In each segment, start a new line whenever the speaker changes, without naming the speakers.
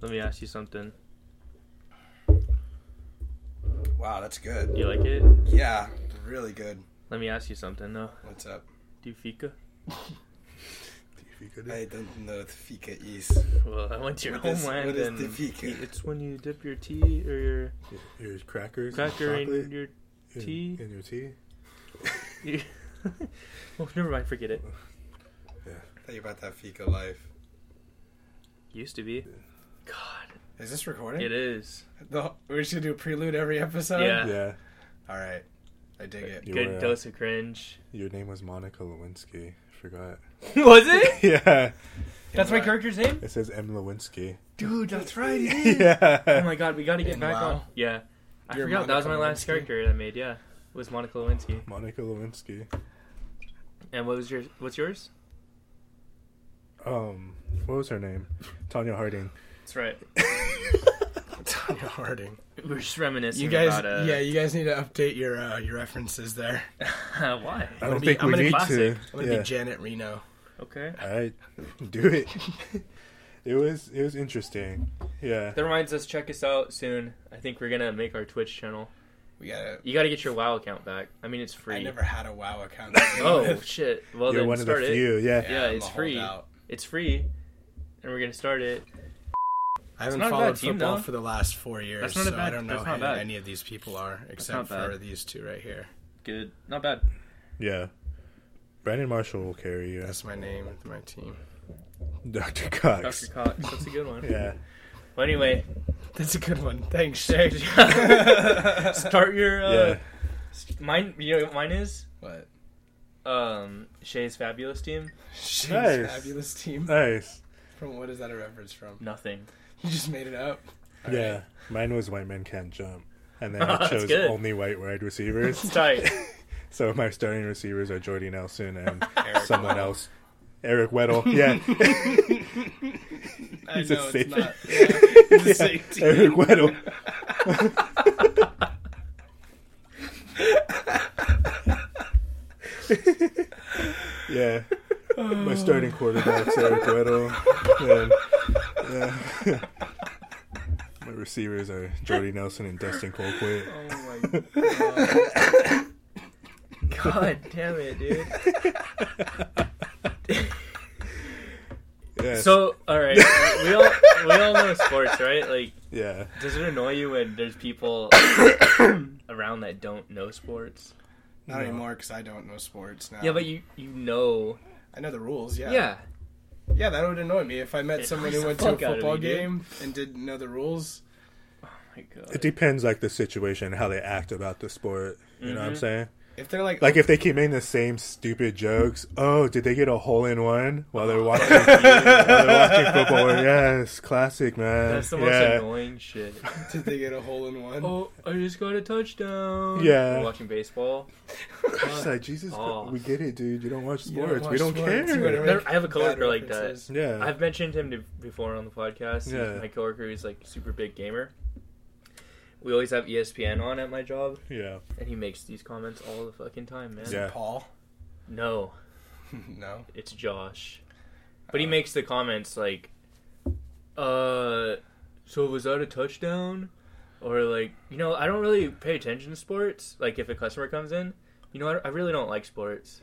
Let me ask you something.
Wow, that's good.
You like it?
Yeah, really good.
Let me ask you something though.
What's up?
Do you fika?
I don't know what fika is.
Well, I went to your
What is-
homeland
what is
and
the fika?
y- it's when you dip your tea or your
Here's crackers,
cracker
and chocolate
in your
in-
tea.
in your tea.
Oh, never mind, forget it.
Tell you about that fika life.
Used to be. God,
Is this recording?
it is.
The, we're just gonna do a prelude every episode.
Yeah.
Yeah,
All right, I dig it.
You
Good
were, uh,
dose of cringe.
your name was Monica Lewinsky. I forgot.
Was it?
yeah,
That's my
Wow.
character's name?
it says M Lewinsky.
dude. That's right. it is.
Oh
yeah,
my god, we gotta get
And
back
wow.
on. Yeah. I
You're
forgot that was my
Monica
last
Lewinsky.
character that I made, yeah. Was Monica Lewinsky.
Monica Lewinsky.
And what was your what's yours?
Um, what was her name? Tanya Harding.
That's right.
Tanya Harding.
We were just reminiscing
You guys,
about uh
yeah, you guys need to update your uh, your references there.
why?
I don't
be-
think
I'm
we
gonna
need
classic.
to.
I'm gonna
yeah,
be Janet Reno.
Okay.
all right, do it. it was it was interesting. Yeah,
That reminds us, check us out soon. I think we're gonna make our Twitch channel.
We gotta.
You gotta get your WoW account back. I mean, it's free.
I never had a WoW account. to begin
Oh
with.
shit! Well,
you're
then
one of the
start it.
few. Yeah,
yeah,
I'm
it's
a
free.
holdout.
It's free, and we're gonna start it.
I haven't
not a
followed
bad team,
football
though.
for the last four years,
That's not a
so I
bad-
don't know
that's
how
not bad.
any of these people are, except
not
for
bad.
these two right here.
Good, not bad.
yeah. Brandon Marshall will carry you.
That's my name with my team.
Dr. Cox.
Dr. Cox, that's a good one.
Yeah.
Well, anyway,
That's a good one. Thanks, Shay.
start your. Uh,
yeah.
s- Mine, you know, what mine is
what?
um Shay's fabulous team.
Shay's
Nice.
fabulous team.
Nice.
From what is that a reference from?
Nothing.
You just made it up.
yeah. Mine was white men can't jump. And then
That's
I chose
good.
only white wide receivers.
It's tight.
so my starting receivers are Jordy Nelson and someone else. Eric Weddle. Yeah.
I
He's a
know it's
safety.
not. Yeah, it's a
Yeah,
safety.
Eric Weddle. yeah. My starting quarterback's Eric Weddle. And, yeah. My receivers are Jordy Nelson and Dustin Colquitt.
oh my god. God damn it, dude.
Yes.
So, all right, we all we all know sports, right? Like,
yeah.
does it annoy you when there's people around that don't know sports?
Not
No.
anymore because I don't know sports now.
Yeah, but you you know,
I know the rules. Yeah.
yeah,
Yeah, that would annoy me if I met
It
someone
annoys
who
the
went to a
fuck out of
football
me, dude.
game and didn't know the rules.
my God.
It depends, like, the situation, how they act about the sport. You know what I'm
Mhm.
saying?
If they're like,
Like, if they keep making the same stupid jokes, oh, did they get a hole in one while they're watching, while they're watching football? Yes, classic, man.
That's the most
yeah.
annoying shit.
did they get a hole in one?
Oh, I just got a touchdown.
Yeah.
We're watching baseball.
It's like, Jesus,
Oh.
we get it, dude. You don't watch sports.
You don't watch
we don't
sports. You
care.
better-
There- I have a
Bad
coworker like that.
references.
Yeah.
I've mentioned him to, before on the podcast.
Yeah.
My coworker who's like super big gamer. We always have E ESPN on at my job,
yeah.
and he makes these comments all the fucking time, man.
Is
Yeah.
it Paul?
No,
no.
it's Josh. But he makes the comments like, uh, so was that a touchdown? Or like, you know, I don't really pay attention to sports. Like, if a customer comes in, you know, I, I really don't like sports.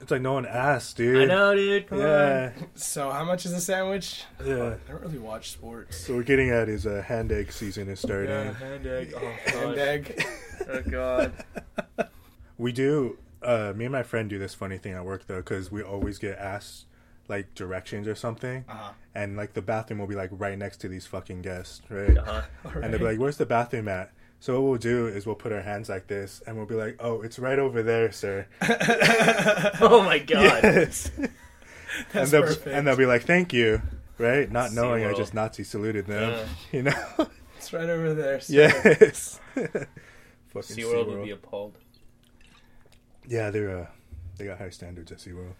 It's like no one asked, dude.
I know, dude. Come
Yeah.
So how much is a sandwich?
Yeah.
I don't really watch sports.
So we're getting at is a uh, hand egg season is
on.
starting.
Yeah, hand egg. Oh, God.
And egg.
Oh, God.
We do. Uh, me and my friend do this funny thing at work though, because we always get asked like directions or something,
Uh-huh.
and like the bathroom will be like right next to these fucking guests, right?
Uh-huh.
And they'll be like, "Where's the bathroom at?" So what we'll do is we'll put our hands like this, and we'll be like, "Oh, it's right over there, sir."
Oh, my God.
Yes. and
That's
they'll
perfect.
and they'll be like, "Thank you," right? Not knowing I
SeaWorld.
just Nazi saluted them,
Yeah.
you know?
it's right over there. So
yes. Fucking
SeaWorld would
SeaWorld.
be appalled.
Yeah, they're uh, they got high standards at SeaWorld.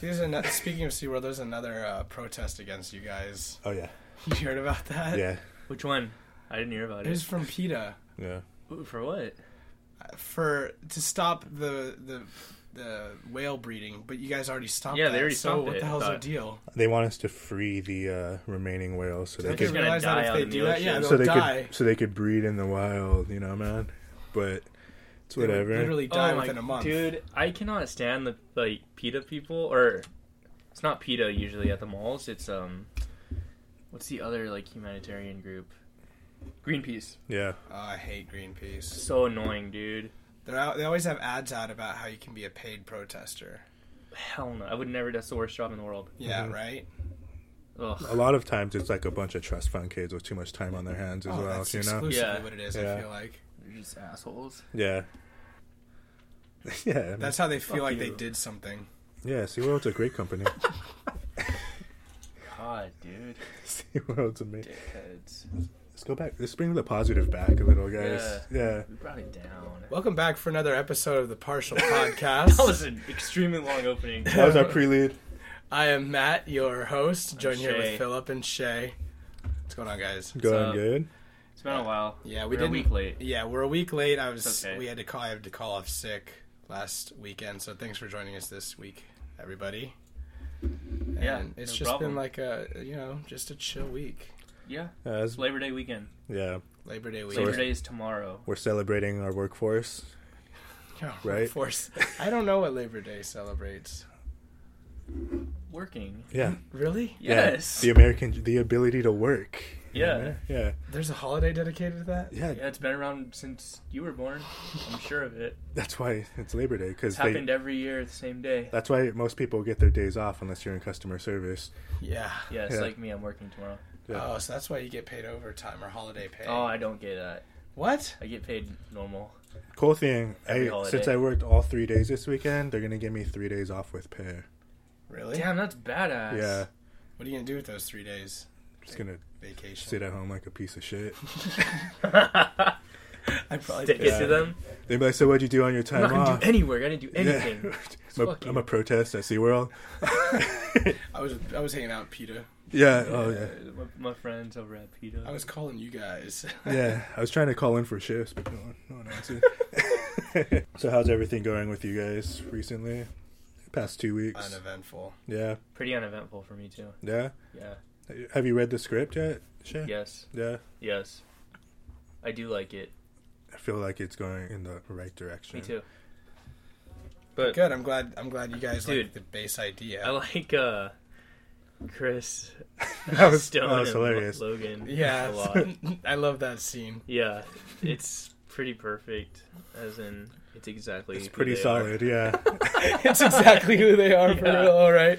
There's ano- speaking of SeaWorld, there's another uh, protest against you guys.
Oh yeah,
You heard about that?
yeah,
Which one? I didn't hear about
It was
it.
from PETA
yeah.
Ooh, For what?
uh, for to stop the the the whale breeding, but you guys already stopped.
Yeah, they
that,
already
so
stopped
What
it,
the
I
hell's their
thought.
deal?
They want us to free the uh, remaining whales so they
I
They're just
didn't
gonna
realize
could
that
die
if
out
they
in the
do that,
ocean.
yeah, they'll
so they
die.
could so they could breed in the wild. You know, man. But it's
They would
whatever.
literally die within a month.
Oh Dude, I cannot stand the like PETA people or it's not PETA usually at the malls. It's um what's the other like humanitarian group? Greenpeace.
yeah.
Oh, I hate Greenpeace.
So annoying, dude.
They're out, they always have ads out about how you can be a paid protester.
Hell no. I would never that's the worst job in the world.
Yeah,
Mhm.
right.
Ugh.
A lot of times it's like a bunch of trust fund kids with too much time on their hands as
oh,
well.
that's
You know.
exclusively
Yeah.
what it is. I
Yeah.
feel like
They're just assholes.
Yeah. yeah. I mean,
that's how they feel
Fuck
like
you.
they did something.
yeah. SeaWorld's a great company.
God, dude.
SeaWorld's amazing.
Dickheads.
Let's go back. Let's bring the positive back a little, guys. yeah.
We brought it down.
Welcome back for another episode of the Partial Podcast.
That was an extremely long opening.
That was our prelude.
I am Matt, your host, joined here
Shay.
with Philip and Shay. What's going on, guys?
Going
up?
good.
It's been a while.
Yeah,
We
we
are a
didn't.
week late.
Yeah, we're a week late. I
It's
was.
okay.
We had to call. I had to call off sick last weekend. So thanks for joining us this week, everybody. And
Yeah,
it's
no
just
problem.
been like a you know just a chill week.
Yeah.
Uh, it's-
It's Labor Day weekend.
yeah.
Labor Day week.
Labor Day is tomorrow.
We're celebrating our workforce.
Yeah,
right?
force- I don't know what Labor Day celebrates.
Working.
Yeah.
Really?
Yeah.
Yes.
The American, the ability to work. you
Yeah.
know? Yeah.
There's a holiday dedicated to that.
Yeah.
Yeah, it's been around since you were born. I'm sure of it.
That's why it's Labor Day because
It's happened every year the same day.
that's why most people get their days off unless you're in customer service.
Yeah.
Yeah, it's
Yeah.
like me. I'm working tomorrow.
Yeah.
Oh, so that's why you get paid overtime or holiday pay.
Oh, I don't get that.
what?
I get paid normal.
Cool thing,
Every
I,
holiday.
since I worked all three days this weekend, they're gonna give me three days off with pay.
Really?
Damn, that's badass.
Yeah,
What are you gonna do with those three days?
just gonna
Vacation.
sit at home like a piece of shit.
I probably
Take it
Yeah.
to them.
They be like, "So what'd you do on your
I'm
time
not gonna
off?"
do any work. I didn't do
Yeah.
anything.
I'm, a,
Fuck
I'm
you.
a protest at SeaWorld.
I was I was hanging out at PETA.
yeah, oh yeah,
Uh, My, my friends over at PETA.
I was calling you guys.
yeah. I was trying to call in for shifts, but no one, no one answered. so how's everything going with you guys recently? Past two weeks.
Uneventful.
Yeah,
Pretty uneventful for me too.
yeah.
Yeah.
Have you read the script yet? Shay?
Yes.
Yeah.
Yes. I do like it.
I feel like it's going in the right direction.
Me too. But
Good. I'm glad. I'm glad you guys
Dude.
like the base idea.
I like uh Chris
That was,
Stone
that was
and Lo-
hilarious.
Logan.
yeah.
a lot.
I love that scene.
Yeah, it's pretty perfect. As in, it's exactly.
It's
who
pretty
they
solid, yeah.
it's exactly who they are for
Yeah.
real. All right.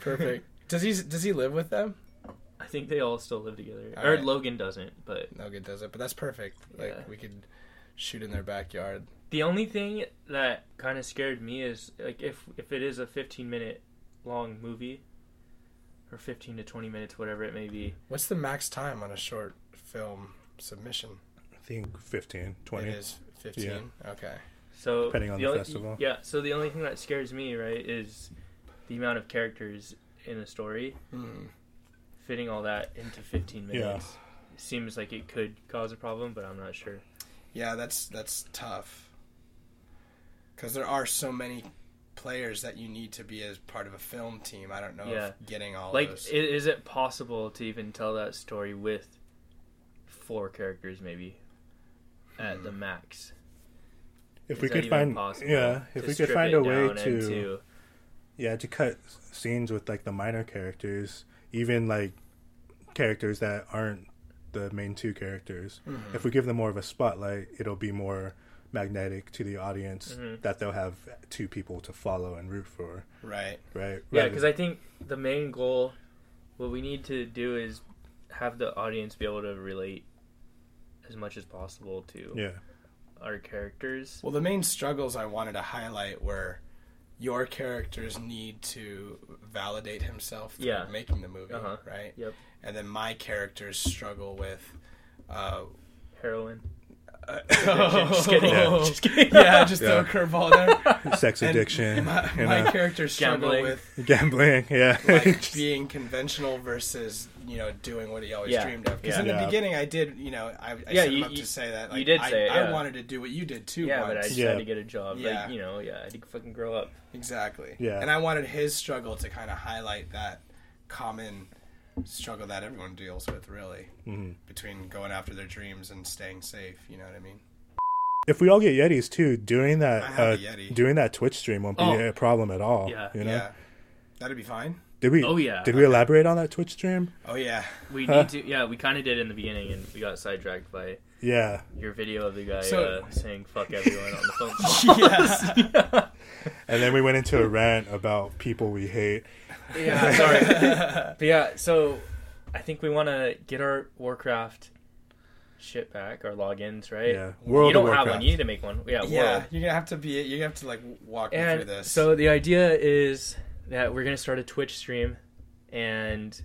Perfect. Does he Does he live with them?
are. I think they all still live together.
All
or
right.
Logan doesn't, but
No good does it, but that's perfect. Like
Yeah.
we could shoot in their backyard.
the only thing that kind of scared me is like if if it is a 15 minute long movie, or 15 to 20 minutes, whatever it may be.
What's the max time on a short film submission?
I think 15, 20.
It is fifteen. Okay.
So
Depending on the
only-
festival.
Yeah. So the only thing that scares me, right, is the amount of characters in a story.
Hmm.
Fitting all that into 15
Yeah.
minutes seems like it could cause a problem, but I'm not sure.
Yeah, that's that's tough. Because there are so many players that you need to be as part of a film team. I don't know
Yeah.
if getting all
like
those.
i- is it possible to even tell that story with four characters maybe at the max
If
Is
we
that
could
even
find,
possible
yeah, if
to
we could
strip
find
it
a way
down
to,
into-
yeah, to cut s- scenes with like the minor characters, even like characters that aren't the main two characters.
Hmm.
If we give them more of a spotlight, it'll be more magnetic to the audience
Mhm.
that they'll have two people to follow and root for,
right.
right?
yeah
Rather-
because i think the main goal what we need to do is have the audience be able to relate as much as possible to
yeah,
our characters
Well, the main struggles I wanted to highlight were your character's need to validate himself through
Yeah.
making the movie,
Uh-huh.
right?
Yep.
And then my character's struggle with. Uh,
heroin
uh,
Just kidding.
Yeah,
Just kidding.
just
Yeah.
throw a curveball there.
sex
And
addiction,
My,
you
my
know,
character's struggle
Gambling.
with
gambling, yeah.
like being conventional versus you know doing what he always
Yeah.
dreamed of. Because in
Yeah.
the beginning, I did you know I, I
Yeah,
set him
you-
up
you-
to say that
you
like,
did
I,
say it,
I
yeah.
wanted to do what you did too.
yeah,
once.
but I just
Yeah.
had to get a job.
Yeah.
Like, you know, yeah, I had to fucking grow up.
Exactly.
Yeah.
And I wanted his struggle to kind of highlight that common struggle that everyone deals with, really,
Mhm.
between going after their dreams and staying safe. You know what I mean?
If we all get Yetis too, doing
I
that
have
uh,
a Yeti.
doing that Twitch stream won't be
Oh.
a problem at all.
Yeah.
You know?
Yeah. That'd be fine.
Did we?
Oh, yeah.
Did we elaborate on that Twitch stream?
Oh yeah.
We
Huh?
need to, yeah, we kind of did in the beginning, and we got sidetracked by
Yeah.
your video of the guy
So-
uh, saying "fuck everyone" on the phone.
yeah.
yeah.
And then we went into a rant about people we hate.
yeah, sorry. but yeah, so I think we want to get our Warcraft shit back, our logins, right?
Yeah. World
you don't
of
have
Warcraft.
one. You need to make one. Yeah,
Yeah.
World.
You're gonna have to be. You have to like walk me through
And
this.
so the idea is that we're gonna start a Twitch stream, and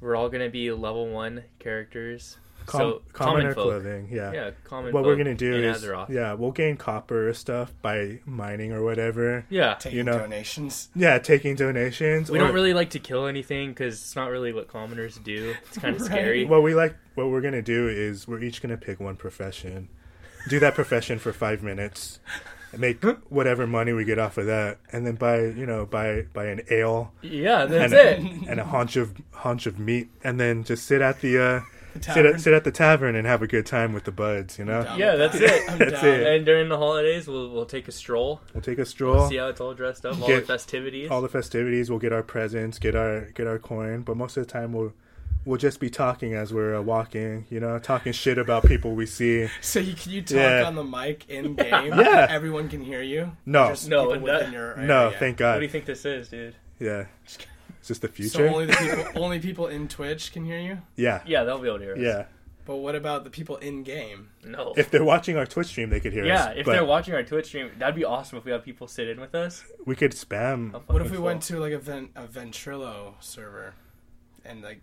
we're all gonna be level one characters.
Com-
so common
commoner
folk.
clothing. Yeah.
Yeah, common.
What we're
folk
gonna do
in
is
Azeroth.
yeah, we'll gain copper stuff by mining or whatever.
yeah.
taking
you know-
donations.
Yeah, taking donations.
We
or-
don't really like to kill anything because it's not really what commoners do. It's kind of
Right.
scary.
What we like, what we're gonna do is we're each gonna pick one profession, do that profession for five minutes, and make whatever money we get off of that, and then buy you know buy buy an ale
Yeah, that's
and
it.
A, and a haunch of haunch of meat, and then just sit at the, uh, sit
tavern.
at, sit at the tavern and have a good time with the buds. You know,
I'm
Yeah,
down.
that's it.
I'm
That's
down.
it.
And during the holidays, we'll we'll take a stroll,
we'll take a stroll.
see how it's all dressed up, all
Get-
the festivities.
all the festivities. We'll get our presents, get our get our coin, but most of the time we'll we'll just be talking as we're uh, walking. You know, talking shit about people we see.
So you can you talk
Yeah.
on the mic in game?
Yeah.
Everyone can hear you.
No.
Just
No,
people
and
within
that-
your
No,
area.
thank
what
God.
do you think this is, dude?
yeah, it's just the
So
future.
only the people only people in Twitch can hear you.
yeah,
Yeah, they'll be able to hear us.
yeah.
But what about the people in game?
No.
If they're watching our Twitch stream, they could hear us.
yeah, if
but
they're watching our Twitch stream, that'd be awesome if we have people sit in with us.
we could spam.
How
What if
fucking
we
cool.
went to like a, ven- a ventrilo server, and like,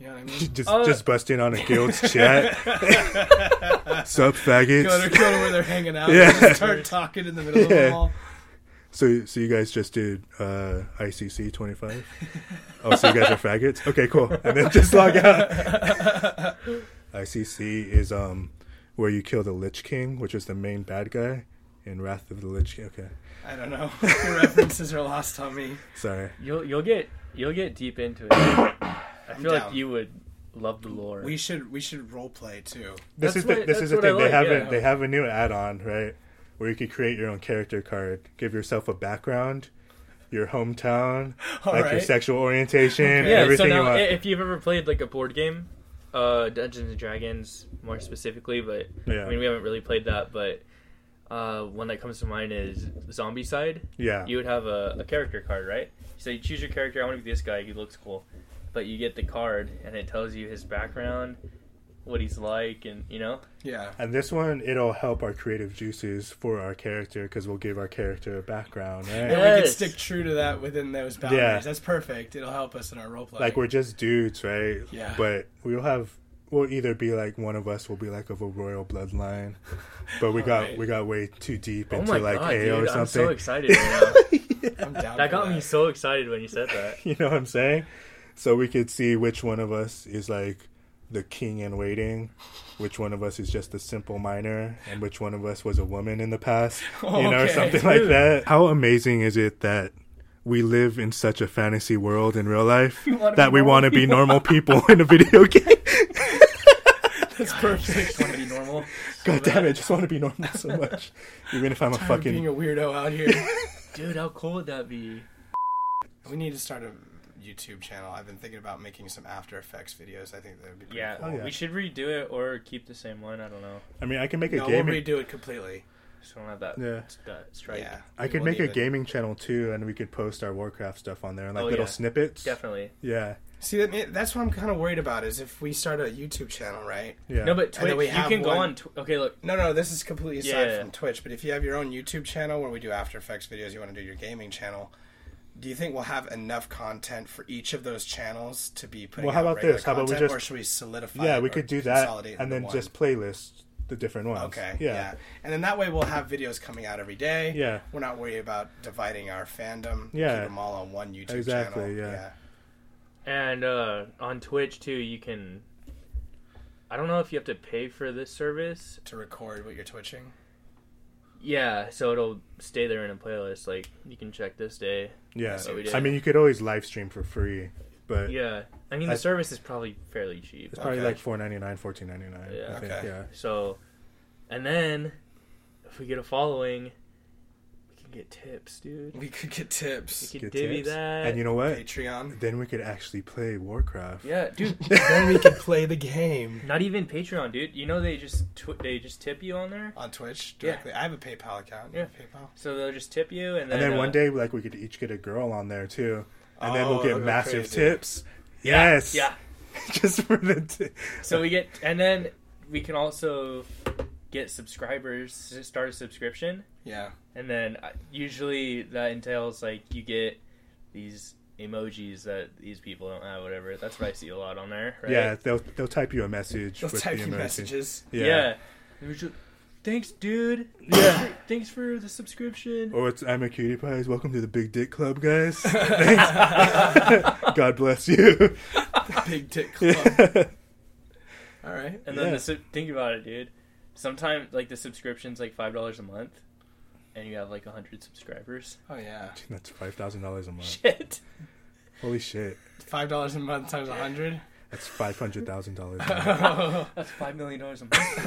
you know what I mean?
Just,
Uh,
just bust in on a guild's chat. Sup,
go to
faggots.
go to where they're hanging out.
Yeah.
and just start talking in the middle of
Yeah.
the hall.
So, so you guys just did uh, ICC twenty five. Oh, so you guys are faggots. Okay, cool. And then just log out. ICC is um where you kill the Lich King, which is the main bad guy in Wrath of the Lich King. Okay,
I don't know. The references are lost on me.
sorry.
You'll you'll get you'll get deep into it. I feel like
down.
you would love the lore.
We should we should role play too.
This
That's
is the,
what-
this
that's
is the
what I
thing. they
like,
have
yeah.
a, they have a new add on right where you could create your own character card, give yourself a background, your hometown,
All
like your
right.
sexual orientation, and
yeah, so
everything
now
you want.
i- if you've ever played like a board game, uh, Dungeons and Dragons more specifically, but
Yeah.
I mean we haven't really played that, but uh, one that comes to mind is Zombie Side.
yeah,
you would have a, a character card, right? So you choose your character. I want to be this guy. He looks cool, but you get the card, and it tells you his background, what he's like, and you know.
Yeah.
And this one, it'll help our creative juices for our character because we'll give our character a background, right?
And we can
Yes.
stick true to that within those boundaries.
Yeah.
That's perfect. It'll help us in our role play.
Like we're just dudes, right?
Yeah.
But we'll have, we'll either be like one of us will be like of a royal bloodline, but we got
Alright.
we got way too deep
Oh
into
my
like
god,
AO or
dude! I'm so
something.
excited. Right now.
I'm down.
that
for
got me so excited when you said that.
you know what I'm saying? So we could see which one of us is like the king in waiting, which one of us is just a simple miner, and which one of us was a woman in the past, you know, or
Okay.
something like that. How amazing is it that we live in such a fantasy world in real life
wanna
that
be
we
normal
want to be normal people in a video game?
That's perfect.
Want to be normal?
God damn it, I just want to be normal so much, even if I'm a
Fucking being
fucking.
a weirdo out here.
dude! How cool would that be?
We need to start a YouTube channel. I've been thinking about making some After Effects videos. I think that would be pretty
Yeah,
cool.
Oh, yeah.
we should redo it or keep the same one. I don't know.
I mean, I can make a
No, we'll
gaming.
redo it completely.
Just don't have that.
Yeah.
that strike.
Yeah,
I could
we'll
make a
leave it.
gaming channel too, and we could post our Warcraft stuff on there and like
Oh,
little
yeah.
snippets.
Definitely.
Yeah,
See, that, that's what I'm kind of worried about is if we start a YouTube channel, right?
yeah.
No, but
And then
Twitch.
we
You
have
can go
one-
on. Tw- okay, look.
No, no, this is completely aside
Yeah.
from Twitch. But if you have your own YouTube channel where we do After Effects videos, you want to do your gaming channel. Do you think we'll have enough content for each of those channels to be putting
Well, how
out
about
regular
this? How about we
content,
just-
or should we solidify?
yeah
it
we
or
could do that
consolidate
and
into
then
one?
just playlist the different ones
Okay. Yeah.
yeah
And then that way we'll have videos coming out every day.
Yeah.
We're not worried about dividing our fandom.
Yeah.
Keep them all on one YouTube
Exactly,
channel.
yeah.
And uh, on Twitch too, you can. I don't know if you have to pay for this service.
to record what you're twitching.
Yeah, so it'll stay there in a playlist. Like you can check this day.
Yeah,
So we did.
I mean, you could always live stream for free, but
Yeah, I mean the
I-
service is probably fairly cheap.
it's probably
Okay.
like four ninety nine, fourteen ninety nine.
Yeah.
I think.
Okay.
Yeah,
So, and then if we get a following, we can get tips, dude.
We could get
We
tips.
could
Good
divvy
tips.
that.
and you know what?
Patreon.
Then we could actually play Warcraft.
yeah, dude.
then we could play the game
Not even Patreon, dude. You know they just tw- they just tip you on there,
on Twitch
Yeah.
directly. I have a PayPal account. You have PayPal.
so they'll just tip you, and then,
and then
uh,
one day, like we could each get a girl on there too, and then
Oh,
we'll
that'll
get
go
massive
crazy.
tips.
yeah,
yes,
yeah.
just for the. T-
So we get, and then we can also get subscribers to start a subscription,
Yeah.
and then uh, usually that entails like you get these emojis that these people don't have, whatever. That's what I see a lot on there. Right?
Yeah, they'll they'll type you a message.
Those
with
type
the
you
emoji.
messages.
yeah.
Yeah.
It was just, Thanks, dude.
Yeah.
Thanks for the subscription.
Or Oh, it's I'm a cutie pies. Welcome to the Big Dick Club, guys. Thanks. God bless you.
Big Dick Club.
Yeah.
All right.
And then
Yeah.
the sub- think about it, dude. Sometimes like the subscription's like five dollars a month, and you have like hundred subscribers.
Oh yeah.
That's five thousand dollars a month.
Shit.
Holy shit.
Five dollars a month times a hundred.
That's five hundred thousand dollars.
That's five million dollars a month.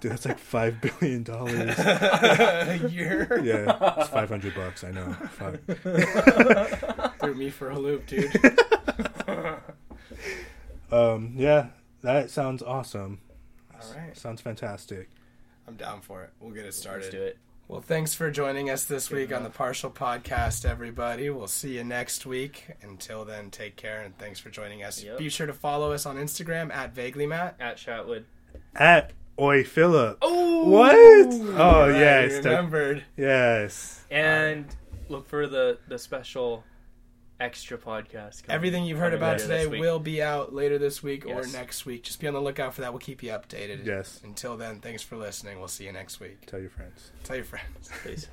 Dude, that's like five billion dollars.
a year.
Yeah, it's five hundred bucks. I know. Fuck.
Threw me for a loop, dude.
Um, yeah, that sounds awesome.
All right.
Sounds fantastic.
I'm down for it. We'll get it
Let's
started.
do it.
Well, thanks for joining us this
Good
week on the
enough.
Partial Podcast, everybody. We'll see you next week. Until then, take care and thanks for joining us.
Yep.
Be sure to follow us on Instagram at vaguely Matt.
At Shatwood.
At Oi Philip.
Oh,
What? Oh, yeah, it's the-
remembered.
Yes.
And look for the the special extra podcast. coming-
Everything you've heard
coming
about
later this
today
week.
will be out later this week or
Yes.
next week. Just be on the lookout for that. We'll keep you updated.
Yes.
Until then, thanks for listening. We'll see you next week.
Tell your friends.
Tell your friends.
Please.